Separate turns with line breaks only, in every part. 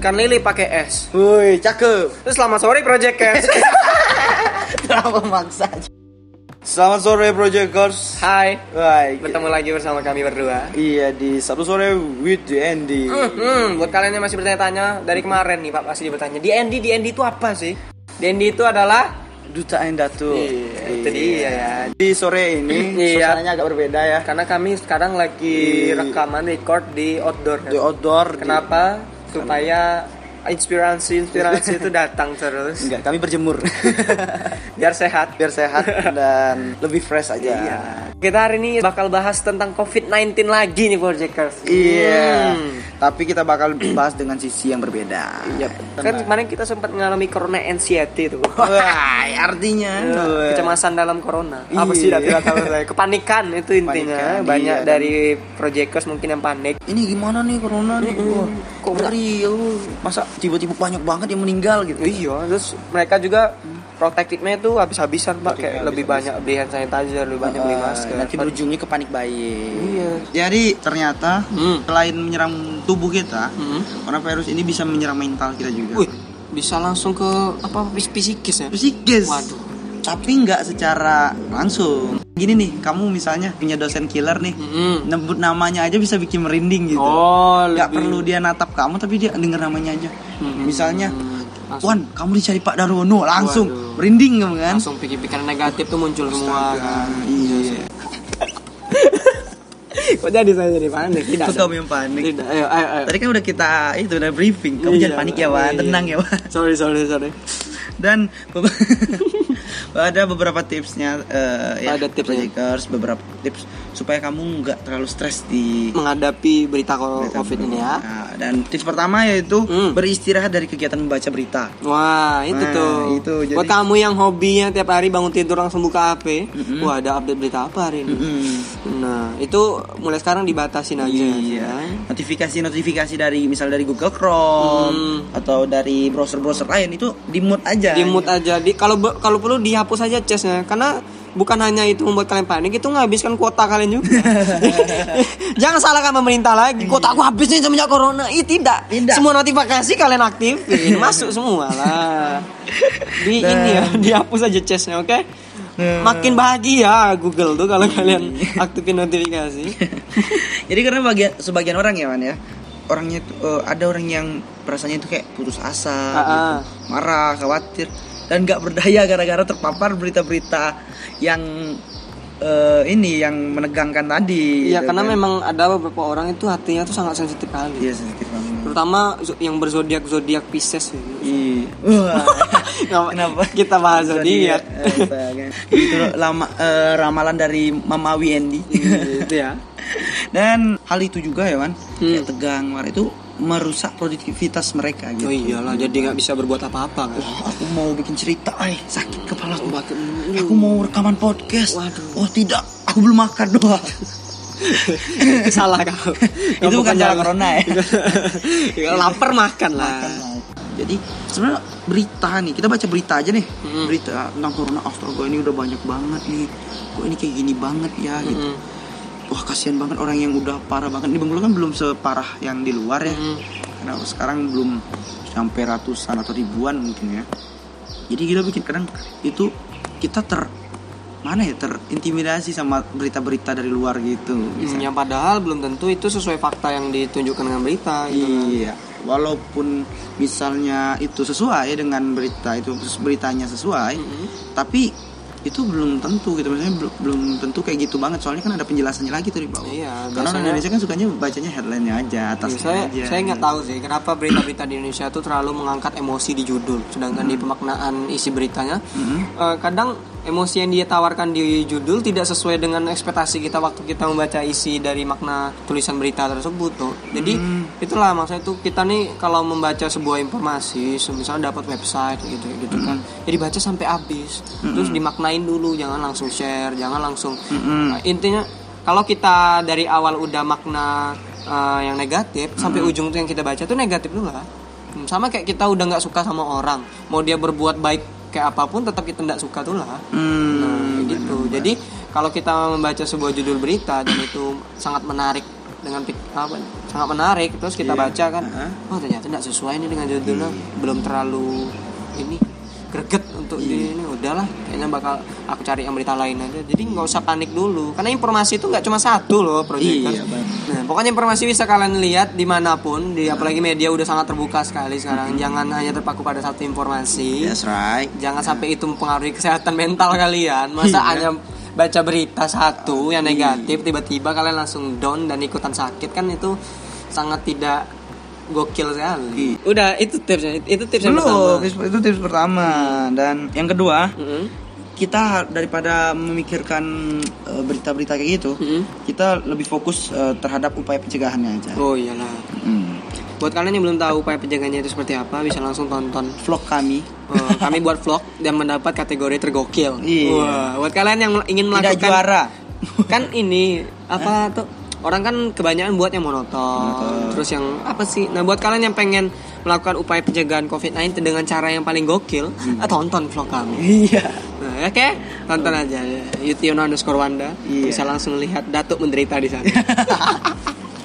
ikan lele pakai es.
Woi, cakep.
Terus selamat sore Project Cast.
Kenapa maksa? Selamat sore Projectors.
Hai,
Baik.
bertemu lagi bersama kami berdua.
Iya di Sabtu sore with the Andy.
Hmm, buat kalian yang masih bertanya-tanya dari kemarin nih Pak masih bertanya. Di ND, di ND itu apa sih? Di ND itu adalah
Duta Endatu.
Iya, itu dia ya.
Di sore ini
Iya.
suasananya agak berbeda ya.
Karena kami sekarang lagi rekaman record di outdoor.
Di
Kan?
outdoor. di-
Kenapa? Supaya inspirasi-inspirasi itu datang terus.
Enggak, kami berjemur.
Biar sehat.
Biar sehat dan lebih fresh aja.
Iya. Kita hari ini bakal bahas tentang COVID-19 lagi nih Projecters.
Iya.
Hmm.
Tapi kita bakal bahas dengan sisi yang berbeda.
Iya. Kan kemarin kita sempat mengalami corona anxiety itu.
Wah, artinya
Nah, Iya.
Wah.
Kecemasan dalam corona.
Iya.
Apa sih tidak tahu saya. Kepanikan itu intinya.
Kepanikan,
Banyak
iya.
dari projectors mungkin yang panik.
ini gimana nih corona nih Wah, kok ngeri oh. masa tiba-tiba banyak banget yang meninggal gitu
Iya, terus mereka juga protektifnya itu habis-habisan Ah, Pak
Protektifnya
kayak lebih banyak beli hand sanitizer, lebih banyak beli masker.
nanti berujungnya ke panik buying
Iya.
jadi ternyata
Hmm.
selain menyerang tubuh kita
Hmm.
corona virus ini bisa menyerang mental kita juga
Wih, bisa langsung ke apa fis- fisikis ya?
psikis
Waduh.
tapi nggak secara langsung gini nih kamu misalnya punya dosen killer nih
Mm-mm.
nyebut namanya aja bisa bikin merinding gitu
Hmm. Oh,
nggak
lebih-
perlu dia natap kamu tapi dia denger namanya aja
Hmm.
misalnya
Langsung.
Wan kamu dicari Pak Darwono langsung
Waduh.
merinding kamu kan
langsung pikir-pikiran negatif tuh muncul semua.
Astaga, iya
Kok jadi saya jadi panik? Tidak.
Kok
dong.
kamu yang panik
iya. Tidak. Ayo, ayo, ayo.
tadi kan udah kita itu udah briefing kamu
Iya,
jangan panik ya Wan
iya.
tenang ya Wan
Sorry, sorry, sorry.
dan be- ada beberapa tipsnya eh, ya,
Ada tipsnya.
projectors, beberapa tips supaya kamu nggak terlalu stres di
Menghadapi berita ko-
berita
COVID ini ya.
Nah, dan tips pertama yaitu
Hmm.
beristirahat dari kegiatan membaca berita
Wah, itu
Nah,
tuh.
itu, jadi-
Buat kamu yang hobinya tiap hari bangun tidur langsung buka HP, wah ada update berita apa hari ini?
Mm.
Nah, itu mulai sekarang dibatasin aja ya.
Iya. Notifikasi-notifikasi dari misal dari Google Chrome
Hmm.
atau dari browser-browser lain itu di mute aja.
Di mute aja. Di kalau be- kalau perlu dihapus aja chestnya karena bukan hanya itu membuat kalian panik, itu menghabiskan kuota kalian juga. Jangan salahkan pemerintah lagi. Kuota aku habis nih semenjak corona. Ih, tidak.
Iya. Tidak. Iya.
Semua notifikasi kalian aktifin, masuk semua lah. Di ini ya, dihapus aja chestnya, oke?
Iya.
Makin bahagia Google tuh kalau kalian aktifin
Iya,
notifikasi.
Jadi karena bagian sebagian orang ya man ya orangnya itu eh, ada orang yang perasaannya itu kayak putus asa,
Ah,
gitu. marah, khawatir dan nggak berdaya gara-gara terpapar berita-berita yang eh, ini yang menegangkan tadi.
Iya,
gitu
karena
kan.
memang ada beberapa orang itu hatinya tuh sangat sensitif kali.
Iya sensitif banget.
Terutama zo- yang berzodiak zodiak Pisces gitu.
Iya. Wah. ya.
Kenapa? ya. Kita bahas zodiak.
Eh, kan. itu lama eh, ramalan dari Mama Wendy
Gitu ya.
dan hal itu juga ya kan kayak tegang war itu merusak produktivitas mereka
Oh
gitu
iyalah, jadi nggak bisa berbuat apa-apa kan.
aku mau bikin cerita ay sakit kepala aku aku mau rekaman podcast
Waduh.
oh tidak aku belum makan doang
Itu salah kau.
itu bukan jalan corona ya
kan ya. Lapar makan lah.
Kan jadi sebenarnya berita nih kita baca berita aja nih berita tentang corona astaga ini udah banyak banget nih kok ini kayak gini banget ya gitu
Mm.
wah kasihan banget orang yang udah parah banget di Bengkulu kan belum separah yang di luar ya karena sekarang belum sampai ratusan atau ribuan mungkin ya jadi kita bikin kadang itu kita ter mana ya terintimidasi sama berita-berita dari luar gitu
Hmm, yang padahal belum tentu itu sesuai fakta yang ditunjukkan dengan berita gitu.
Iya, walaupun misalnya itu sesuai dengan berita itu beritanya sesuai, tapi itu belum tentu gitu maksudnya belum, belum tentu kayak gitu banget soalnya kan ada penjelasannya lagi tuh di bawah.
Iya,
Karena orang
biasanya-
Indonesia kan sukanya bacanya headline-nya aja atas
Iya, saya
aja.
saya nggak tahu sih kenapa berita-berita di Indonesia tuh terlalu mengangkat emosi di judul, sedangkan di pemaknaan isi beritanya eh, kadang emosi yang dia tawarkan di judul tidak sesuai dengan ekspektasi kita waktu kita membaca isi dari makna tulisan berita tersebut tuh. Jadi itulah maksudnya tuh kita nih kalau membaca sebuah informasi, misalnya dapat website gitu gitu kan, jadi baca sampai habis, terus dimaknain dulu, jangan langsung share, jangan langsung Nah, intinya kalau kita dari awal udah makna eh, yang negatif sampai ujung tuh yang kita baca tuh negatif dulu lah Hmm, sama kayak kita udah nggak suka sama orang mau dia berbuat baik kayak apapun tetap kita nggak suka tuh lah
Hmm,
Nah, gitu jadi kalau kita membaca sebuah judul berita dan itu sangat menarik dengan pik- apa, sangat menarik terus kita
Iya.
baca kan
Heeh. Hmm.
oh ternyata tidak sesuai ini dengan judulnya belum terlalu ini greget untuk
Iya.
di- ini udahlah kayaknya bakal aku cari yang berita lain aja jadi nggak usah panik dulu karena informasi itu nggak cuma satu loh project
Iya, benar.
Nah, pokoknya informasi bisa kalian lihat dimanapun, di apalagi media udah sangat terbuka sekali sekarang. Jangan hanya terpaku pada satu informasi.
That's right.
Jangan sampai itu mempengaruhi kesehatan mental kalian. Masa
Iya.
hanya baca berita satu yang negatif, tiba-tiba kalian langsung down dan ikutan sakit kan itu sangat tidak gokil sekali. Udah, itu tipsnya. Itu tips yang
Belum,
pertama.
itu tips pertama. Dan yang kedua,
Mm-mm.
kita har- daripada memikirkan eh, berita-berita kayak gitu,
Mm-mm.
kita lebih fokus eh, terhadap upaya pencegahannya aja.
Oh iyalah.
Hmm.
Buat kalian yang belum tahu upaya penjaganya itu seperti apa, bisa langsung tonton
Vlog kami
Eh, kami buat vlog dan mendapat kategori tergokil.
Iya.
Wah, buat kalian yang ingin
tidak
melakukan
juara.
kan ini apa tuh orang kan kebanyakan buat yang monoton, terus yang apa sih? Nah, buat kalian yang pengen melakukan upaya pencegahan COVID-19 dengan cara yang paling gokil, eh, tonton vlog kami.
Iya.
Nah, oke, tonton aja Yutiono underscore Wanda
Iya.
bisa langsung lihat Datuk menderita di sana.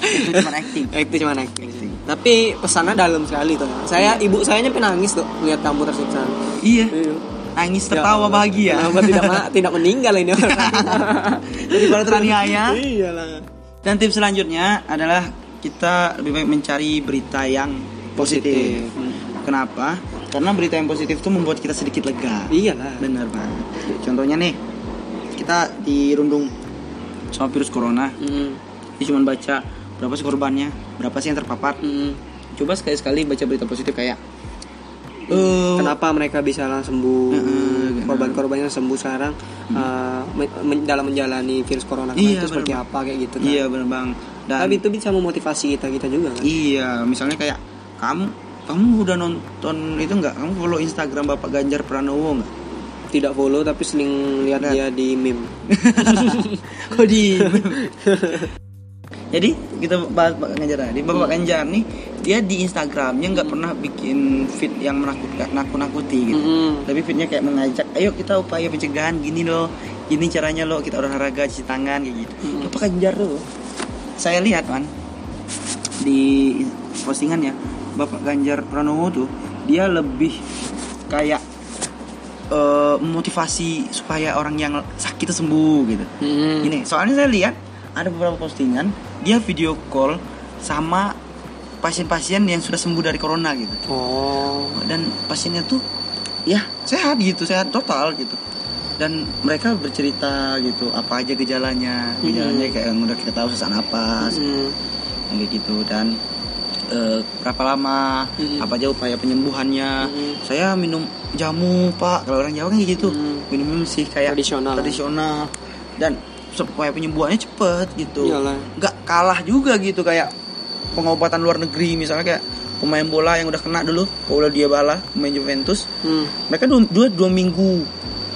itu cuma acting.
itu cuma acting. Tapi pesannya dalam sekali tuh. Saya ibu saya nyampe nangis tuh lihat tamu tersiksa.
Iya.
Iya.
Nangis tertawa bahagia.
Kenapa tidak ma- tidak meninggal ini orang?
Jadi baru
Iya. gitu,
teraniaya.
Iyalah.
Dan tips selanjutnya adalah kita lebih baik mencari berita yang positif.
Positif. Hmm.
Kenapa? Karena berita yang positif itu membuat kita sedikit lega.
Iyalah.
Bener banget. Contohnya nih, kita dirundung sama virus corona.
Mm,
Kita cuma baca berapa sih korbannya, berapa sih yang terpapar.
mm.
Coba sekali-sekali baca berita positif kayak. eh,
Kenapa mereka bisa langsung sembuh?
Heeh,
Korban-korbannya sembuh sekarang eh, men- men- dalam menjalani virus corona kan,
Iya,
itu seperti
benar.
apa kayak gitu kan.
Iya bener bang. Dan
Tapi itu bisa memotivasi kita kita juga kan.
Iya, misalnya kayak kamu kamu udah nonton itu nggak? Kamu follow Instagram Bapak Ganjar Pranowo nggak?
Tidak follow tapi sering lihat dia di meme.
Kok di Jadi kita bahas Bapak Ganjar tadi. Bapak Ganjar nih dia di Instagramnya nggak pernah bikin feed yang menakutkan, nakut-nakuti gitu.
Mm-mm.
Tapi feednya kayak mengajak, ayo kita upaya pencegahan gini loh, gini caranya loh kita olahraga cuci tangan kayak gitu. Bapak Ganjar tuh, saya lihat kan di postingannya Bapak Ganjar Pranowo tuh dia lebih kayak eh, memotivasi supaya orang yang sakit itu sembuh gitu.
Mm-mm.
Gini, soalnya saya lihat ada beberapa postingan dia video call sama pasien-pasien yang sudah sembuh dari corona gitu.
Oh.
Dan pasiennya tuh ya sehat gitu, sehat total gitu. Dan mereka bercerita gitu apa aja gejalanya, gejalanya kayak yang udah kita tahu sesak napas,
Mm.
yang kayak gitu dan eh, berapa lama
Mm-mm.
apa aja upaya penyembuhannya
Mm-mm.
saya minum jamu pak kalau orang jawa kan kayak gitu
Mm.
minum sih kayak
Tradisional.
tradisional. dan supaya penyembuhannya cepet gitu
Iyalah.
nggak kalah juga gitu kayak pengobatan luar negeri misalnya kayak pemain bola yang udah kena dulu Paulo Dybala pemain Juventus
Mm.
mereka dua, dua, dua minggu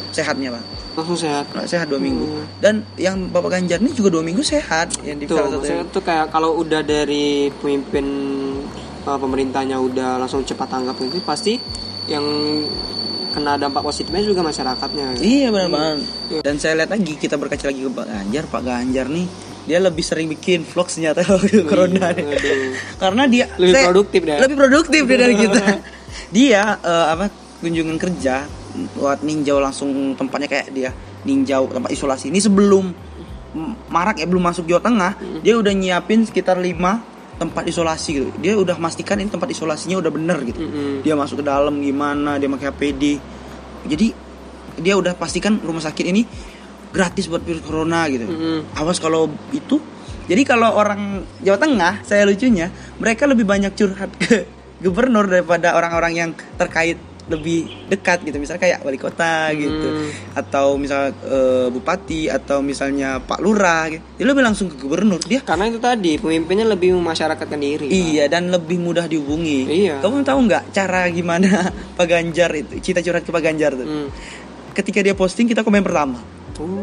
sehatnya pak
Langsung sehat.
Nggak sehat dua minggu
Hmm.
dan yang bapak Ganjar ini juga dua minggu sehat yang di
Tuh,
salah satu
maksudnya tuh kayak kalau udah dari pemimpin uh, pemerintahnya udah langsung cepat tanggap itu pasti yang kena dampak positifnya juga masyarakatnya. gitu.
Iya benar banget. Dan saya lihat lagi kita berkaca lagi ke Pak Ganjar, Pak Ganjar nih dia lebih sering bikin vlog senjata waktu corona nih.
aduh.
Karena dia
Iya, Lebih produktif dia.
Lebih produktif dia dari kita. dia eh, apa kunjungan kerja buat ninjau langsung tempatnya kayak dia ninjau tempat isolasi ini sebelum m- marak ya belum masuk Jawa Tengah,
Hmm.
dia udah nyiapin sekitar 5 tempat isolasi gitu. Dia udah mastikan ini tempat isolasinya udah bener gitu
Mm-mm.
dia masuk ke dalam gimana dia pakai APD jadi dia udah pastikan rumah sakit ini gratis buat virus corona gitu
Mm-mm.
awas kalau itu jadi kalau orang Jawa Tengah saya lucunya mereka lebih banyak curhat ke gubernur daripada orang-orang yang terkait lebih dekat gitu misalnya kayak wali kota gitu atau misal eh, bupati atau misalnya pak lurah gitu. dia lebih langsung ke gubernur dia
Karena itu tadi pemimpinnya lebih memasyarakatkan diri.
Iya dan lebih mudah dihubungi.
Iya.
Kamu tahu nggak cara gimana Pak Ganjar itu cita curhat ke Pak Ganjar tuh?
Hmm.
Ketika dia posting kita komen pertama.
Tuh.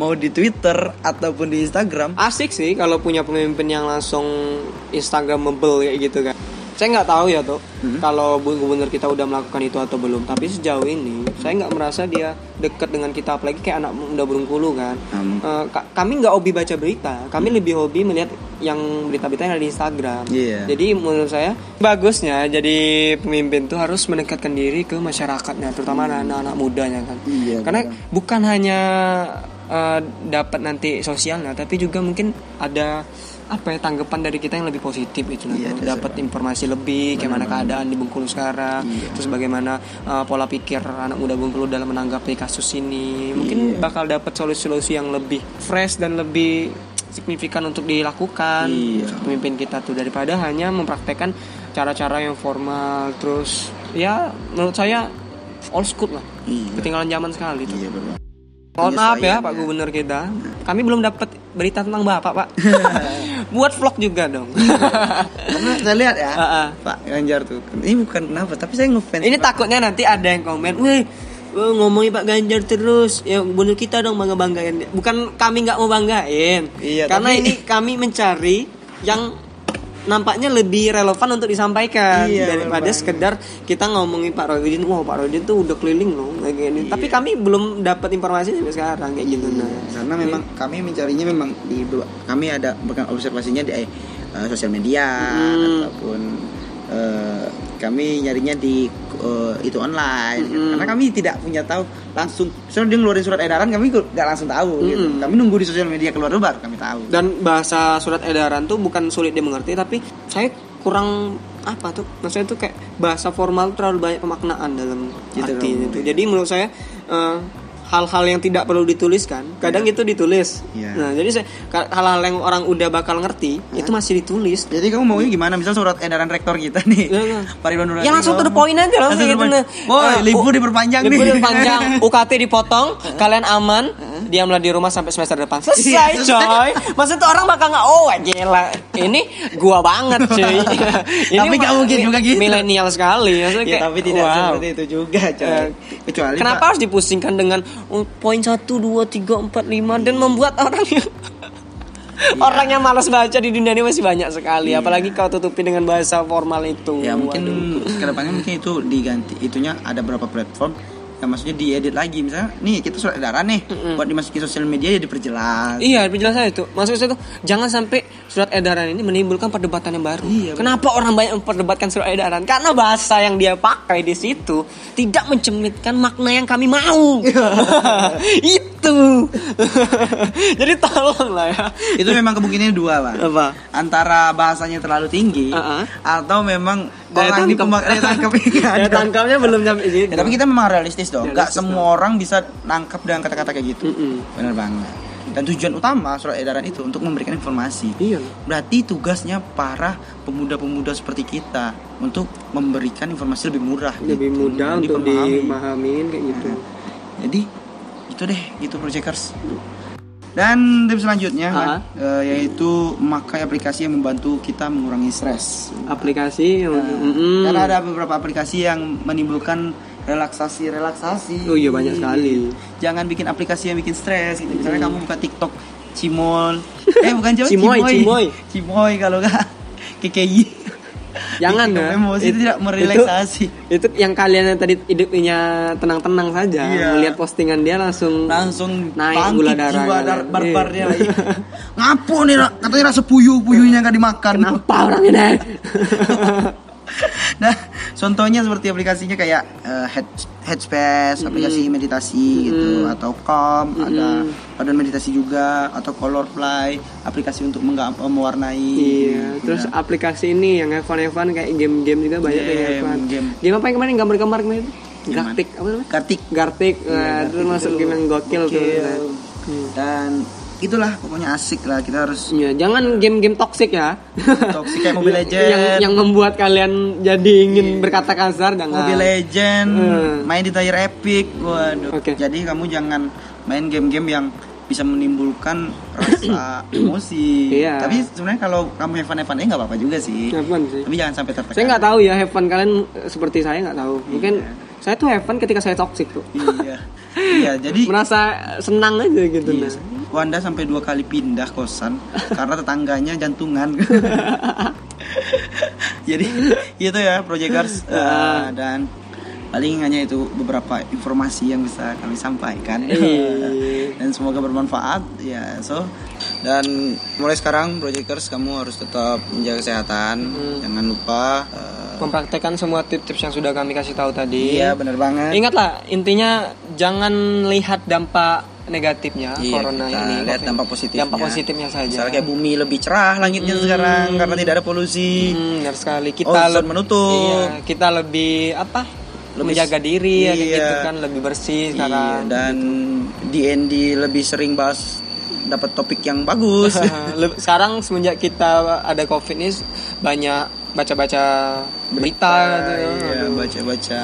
Mau di Twitter ataupun di Instagram.
Asik sih kalau punya pemimpin yang langsung Instagramable kayak gitu kan. saya nggak tahu ya tuh
Hmm?
kalau bu- gubernur kita udah melakukan itu atau belum tapi sejauh ini saya nggak merasa dia dekat dengan kita apalagi kayak anak muda Bengkulu kan
Hmm.
Eh, ka- kami nggak hobi baca berita kami lebih hobi melihat yang berita-berita yang ada di Instagram
Iya.
jadi menurut saya bagusnya jadi pemimpin tuh harus mendekatkan diri ke masyarakatnya terutama anak-anak mudanya kan
Iya,
karena
benar.
bukan hanya eh, dapat nanti sosialnya tapi juga mungkin ada apa ya tanggapan dari kita yang lebih positif itu
Iya,
nanti.
that's
dapat informasi lebih gimana keadaan di Bengkulu sekarang
Iya.
terus bagaimana eh, pola pikir anak muda Bengkulu dalam menanggapi kasus ini
Iya.
mungkin bakal dapat solusi-solusi yang lebih fresh dan lebih signifikan untuk dilakukan
Iya.
pemimpin kita tuh daripada hanya mempraktekkan cara-cara yang formal terus ya menurut saya old school lah
Iya.
ketinggalan zaman sekali tuh.
Iya benar.
Mohon maaf ya
Penyesuaian,
Pak
ya.
Gubernur kita. Kami belum dapat berita tentang Bapak, Pak. Buat vlog juga dong.
Karena saya lihat ya,
Ah, ah.
Pak Ganjar tuh. Ini bukan kenapa, tapi saya ngefans.
Ini takutnya nanti ada yang komen, "Wih, eh, ngomongin Pak Ganjar terus, ya gubernur kita dong bangga banggain." Bukan kami nggak mau banggain,
Iya,
karena
tapi-
ini kami mencari yang nampaknya lebih relevan untuk disampaikan
Iya,
daripada
bener banget.
sekedar kita ngomongin Pak Rodin, wah Pak Rodin tuh udah keliling loh, kayak gini. Tapi kami belum dapat informasi sampai sekarang kayak gitu nah.
karena memang kami mencarinya memang di dua- kami ada bukan observasinya di eh, eh, sosial media
Hmm.
ataupun eh, kami nyarinya di eh, itu online gitu.
Hmm.
karena kami tidak punya tahu langsung soalnya dia ngeluarin surat edaran kami nggak langsung tahu gitu. kami nunggu di sosial media keluar dulu baru kami tahu
Hmm. dan bahasa surat edaran tuh bukan sulit dimengerti tapi saya kurang apa tuh maksudnya tuh kayak bahasa formal terlalu banyak pemaknaan dalam
Gitu
arti
dong.
itu jadi menurut saya eh, hal-hal yang tidak perlu dituliskan kadang itu ditulis
Iya.
nah jadi saya ka- hal-hal yang orang udah bakal ngerti itu masih ditulis
jadi kamu maunya gimana misal surat edaran rektor kita nih
Iya, iya.
Pak Ridwan Nurhadi
ya langsung to the
ngomong.
point aja langsung
Langsung to
gitu
the
nah.
point. Boy,
Eh,
libur
u-
diperpanjang nih.
libur diperpanjang UKT dipotong kalian aman diamlah di rumah sampai semester depan selesai
Iya, selesai.
coy maksud tuh orang bakal nggak oh wah, gila ini gua banget cuy
Tapi nggak
mah-
mungkin juga gitu.
milenial sekali maksudnya
Ya,
kayak,
tapi tidak
wow.
seperti itu juga coy
Eh,
kecuali
Kenapa
Pak-
harus dipusingkan dengan oh, poin 1, 2, 3, 4, 5 Dan membuat orang yang
Iya.
Orang yang malas baca di dunia ini masih banyak sekali Apalagi kau tutupi dengan bahasa formal itu
ya mungkin
Hmm, Waduh.
kedepannya mungkin itu diganti itunya ada berapa platform yang maksudnya diedit lagi misalnya nih kita surat edaran nih
Hmm.
buat dimasukin sosial media ya diperjelas
Iya, penjelasan itu. Maksud saya tuh jangan sampai surat edaran ini menimbulkan perdebatan yang baru.
Iya,
Kenapa orang banyak memperdebatkan surat edaran? Karena bahasa yang dia pakai di situ tidak mencemitkan makna yang kami mau. itu. Jadi tolong lah ya.
itu memang kemungkinannya dua pak
Apa?
antara bahasanya terlalu tinggi
Uh-uh.
atau memang
Daya
orang di
tangkap.
pemak- daya tangkap ini
Daya
ada.
tangkapnya belum nyampe gitu.
Ya, tapi kita memang realistis dong nggak
Realistis
semua orang bisa nangkap dengan kata-kata kayak gitu
Mm-mm.
bener banget dan tujuan utama surat edaran itu untuk memberikan informasi
Iya loh.
Berarti tugasnya para pemuda-pemuda seperti kita untuk memberikan informasi lebih murah,
Lebih
gitu,
mudah untuk
dipermahami.
dimahamin kayak gitu.
Jadi itu deh, itu projecters. Dan tips selanjutnya kan,
Aha.
eh, yaitu memakai aplikasi yang membantu kita mengurangi stres.
Aplikasi yang Mm-mm.
Karena ada beberapa aplikasi yang menimbulkan relaksasi relaksasi.
Oh iya, banyak sekali.
Jangan bikin aplikasi yang bikin stres. Gitu. Misalnya kamu buka TikTok Cimol. Eh bukan Cimol.
Cimoy, Cimoy.
Cimoy. Cimoy kalau enggak KKI.
Jangan
Bikin
ya.
Emosi itu
It-
tidak merelaksasi.
itu yang kalian yang tadi hidupnya tenang-tenang saja
Iya.
melihat postingan dia langsung
langsung
Naik
bangkit
gula darah
jiwa
kalian.
dar barbarnya
Iya.
lagi. Ngapo nih Ra? katanya rasa puyuh puyuhnya nggak dimakan.
kenapa orang ini Iya,
nah contohnya seperti aplikasinya kayak eh, head headspace aplikasi meditasi gitu atau calm ada padan meditasi juga atau colorfly aplikasi untuk mengga- mewarnai
iya
gitu,
terus
ya.
aplikasi ini yang Evan Evan kayak game-game juga banyak yang
Game,
Evan
game.
game apa yang kemarin gambar-gambar kemarin grafik apa namanya
Kartik
Gartik, eh, terus masuk game yang gokil tuh.
Iya, Gokil.
nah.
gitu, kan. dan itulah pokoknya asik lah kita harus
Iya, jangan game-game toksik ya.
Toksik kayak Mobile Legends. Iya.
yang, yang membuat kalian jadi ingin berkata kasar jangan.
Mobile Legend,
Nah. Hmm.
main di Tire Epic, waduh.
Oke.
Jadi kamu jangan main game-game yang bisa menimbulkan rasa emosi.
Iya.
Tapi sebenarnya kalau kamu evan-evan eh, nggak apa-apa juga sih.
Apaan sih?
Tapi jangan sampai tertekan.
Saya nggak tahu ya have fun kalian eh, seperti saya nggak tahu. Mungkin saya tuh have fun ketika saya toxic tuh.
Iya. Iya, jadi
Merasa senang aja gitu.
iya.
Nah.
Wanda sampai dua kali pindah kosan karena tetangganya jantungan. jadi itu ya projectors Eh, dan paling hanya itu beberapa informasi yang bisa kami sampaikan
Iya.
dan semoga bermanfaat ya so dan mulai sekarang projectors kamu harus tetap menjaga kesehatan
Hmm.
jangan lupa eh,
Mempraktekkan semua tips-tips yang sudah kami kasih tahu tadi.
iya benar banget
Ingatlah intinya jangan lihat dampak negatifnya
Iya,
corona
kita
ini.
lihat
COVID.
dampak positifnya.
Dampak positifnya saja.
Misalnya kayak bumi lebih cerah langitnya sekarang karena tidak ada polusi.
Hmm, benar sekali. Kita
Ozon
leb-
menutup.
Iya, kita lebih apa?
Lebih-
menjaga diri ya kayak
iya.
gitu kan lebih bersih sekarang.
Iya, dan DND lebih sering bahas dapat topik yang bagus.
Eh, Leb- sekarang semenjak kita ada covid ini banyak baca-baca berita, gitu ya.
iya,
Aduh.
baca-baca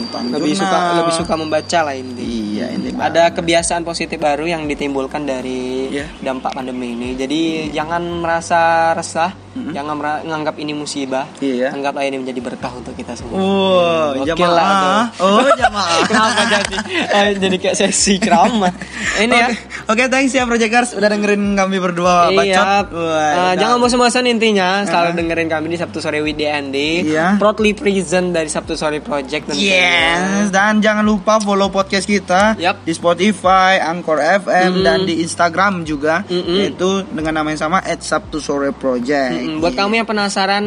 tentang
lebih
jurnal.
suka lebih suka membaca lah intinya.
Iya, ini Pak.
Ada kebiasaan positif baru yang ditimbulkan dari
Iya.
dampak pandemi ini. Jadi jangan merasa resah, jangan mera- menganggap ini musibah.
Iya.
Anggaplah ini menjadi berkah untuk kita semua.
Wow,
Gokil lah
jamaah. Oh, jamaah.
Kenapa jadi eh, jadi kayak sesi ceramah? Ini
Oh,
ya.
Oke, thanks ya Projectors udah dengerin kami berdua
Iya.
Eh, bacot. Wah,
Eh,
udah.
jangan bosan-bosan intinya selalu dengerin kami di Sabtu sore with DND.
Iya.
Proudly Prison dari Sabtu sore Project tentunya.
Yes, dan jangan lupa follow podcast kita
Yap.
di Spotify, Anchor FM dan di Instagram juga
Mm-mm.
yaitu dengan nama yang sama @sabtu sore project.
Mm, buat kamu yang penasaran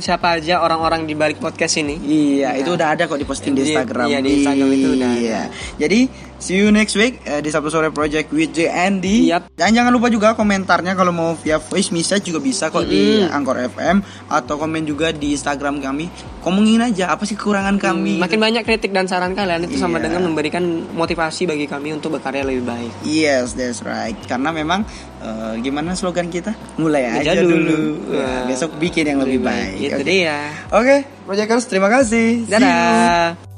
siapa aja orang-orang di balik podcast ini,
Iya, itu udah ada kok diposting di
Jadi,
Instagram.
iya, di Instagram itu udah ada.
Iya. Jadi see you next week eh, di Sabtu sore project with JND.
Yap.
Dan jangan lupa juga komentarnya kalau mau via voice message juga bisa kok di Anchor FM atau komen juga di Instagram kami. Ngomongin aja apa sih kekurangan kami.
Makin banyak kritik dan saran kalian itu sama
Iya.
dengan memberikan motivasi bagi kami untuk berkarya lebih baik.
Yes, that's right. Karena memang eh, gimana slogan kita? Mulai aja,
Aja
dulu.
dulu. Iya.
Nah, besok bikin yang lebih, baik.
Itu
Oke.
Gitu dia.
Oke, Projectors terima kasih. See you.
Dadah.